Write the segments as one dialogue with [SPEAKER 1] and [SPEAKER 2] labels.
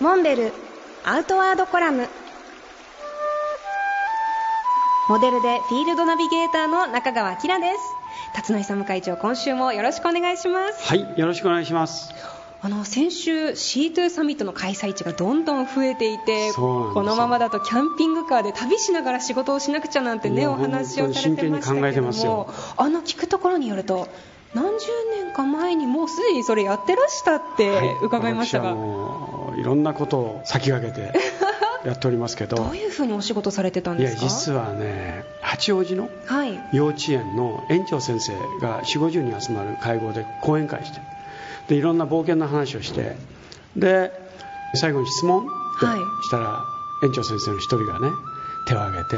[SPEAKER 1] モンベルアウトワードコラムモデルでフィールドナビゲーターの中川明です辰野勇会長今週もよろしくお願いします
[SPEAKER 2] はい、よろしくお願いします。
[SPEAKER 1] あの先週 C2 サミットの開催地がどんどん増えていて
[SPEAKER 2] そうなんですよ
[SPEAKER 1] このままだとキャンピングカーで旅しながら仕事をしなくちゃなんて
[SPEAKER 2] い
[SPEAKER 1] ね
[SPEAKER 2] や
[SPEAKER 1] お話をされてました
[SPEAKER 2] 本当に真剣に考
[SPEAKER 1] け
[SPEAKER 2] えて
[SPEAKER 1] ど
[SPEAKER 2] ますよ
[SPEAKER 1] もあの聞くところによると何十年か前にもうすでにそれやってらしたって伺いましたが、
[SPEAKER 2] はい私はもういろんなことを先駆けてやっておりますけど、
[SPEAKER 1] どういうふうにお仕事されてたん
[SPEAKER 2] い
[SPEAKER 1] で
[SPEAKER 2] や
[SPEAKER 1] すか
[SPEAKER 2] 実はね、八王子の
[SPEAKER 1] はい
[SPEAKER 2] 幼稚園の園長先生が4 5 0人集まる会合で講演会してでいろんな冒険の話をしてで最後に質問って
[SPEAKER 1] はい
[SPEAKER 2] したら、園長先生の一人がね手を挙げて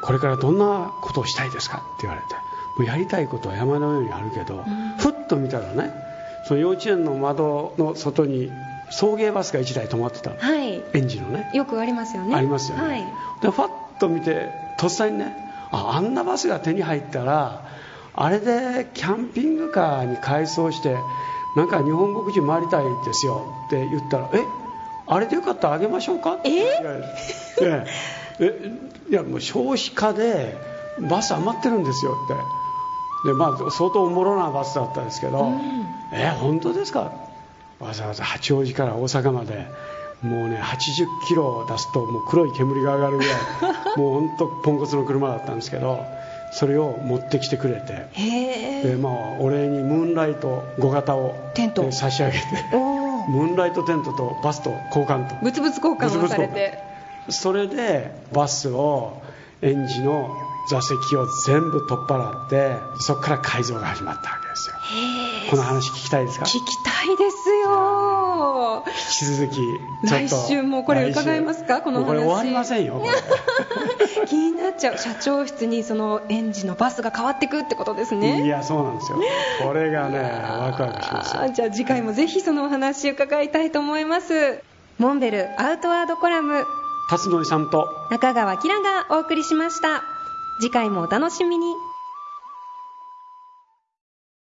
[SPEAKER 2] これからどんなことをしたいですかって言われてもうやりたいことは山のようにあるけど、ふっと見たらねその幼稚園の窓の外に送迎バスが1台止まってたの
[SPEAKER 1] はい
[SPEAKER 2] 園児のね
[SPEAKER 1] よくありますよね
[SPEAKER 2] ありますよね、
[SPEAKER 1] はい、
[SPEAKER 2] でファッと見てとっさにねああんなバスが手に入ったらあれでキャンピングカーに改装してなんか日本国人回りたいですよって言ったらえあれでよかったらあげましょうかって言われてええいやもう少子化でバス余ってるんですよってでまあ相当おもろなバスだったんですけど、え本当ですかわざわざ八王子から大阪までもうね80キロを出すともう黒い煙が上がるぐらい もう本当ポンコツの車だったんですけどそれを持ってきてくれて、
[SPEAKER 1] へ
[SPEAKER 2] で
[SPEAKER 1] え
[SPEAKER 2] まあ、お礼にムーンライト5型を
[SPEAKER 1] テント
[SPEAKER 2] え差し上げて
[SPEAKER 1] おお
[SPEAKER 2] ムーンライトテントとバスと交換と
[SPEAKER 1] 物々交換をされ
[SPEAKER 2] 物々交
[SPEAKER 1] て
[SPEAKER 2] 換それでバスを園児の座席を全部取っ払ってそこから改造が始まったわけですよ
[SPEAKER 1] へえ
[SPEAKER 2] この話聞きたいですか
[SPEAKER 1] 聞きたいですよ
[SPEAKER 2] 引き続きちょっと
[SPEAKER 1] 来週もこれ伺いますか
[SPEAKER 2] 来週
[SPEAKER 1] この話
[SPEAKER 2] もうこれ終わりませんよこれ
[SPEAKER 1] 気になっちゃう社長室にその園児のバスが変わってくってことですね
[SPEAKER 2] いやそうなんですよこれがねワクワクします
[SPEAKER 1] あ
[SPEAKER 2] よ
[SPEAKER 1] ーじゃあ次回もぜひそのお話伺いたいと思いますモンベルアウトワードコラム
[SPEAKER 2] 辰徳さんと
[SPEAKER 1] 中川きらがお送りしました次回もお楽しみに